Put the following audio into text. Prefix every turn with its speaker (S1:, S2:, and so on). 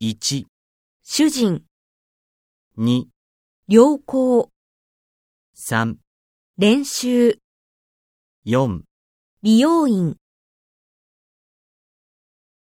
S1: 1、
S2: 主人、
S1: 2、
S2: 良好、
S1: 3、
S2: 練習、
S1: 4
S2: 美容院。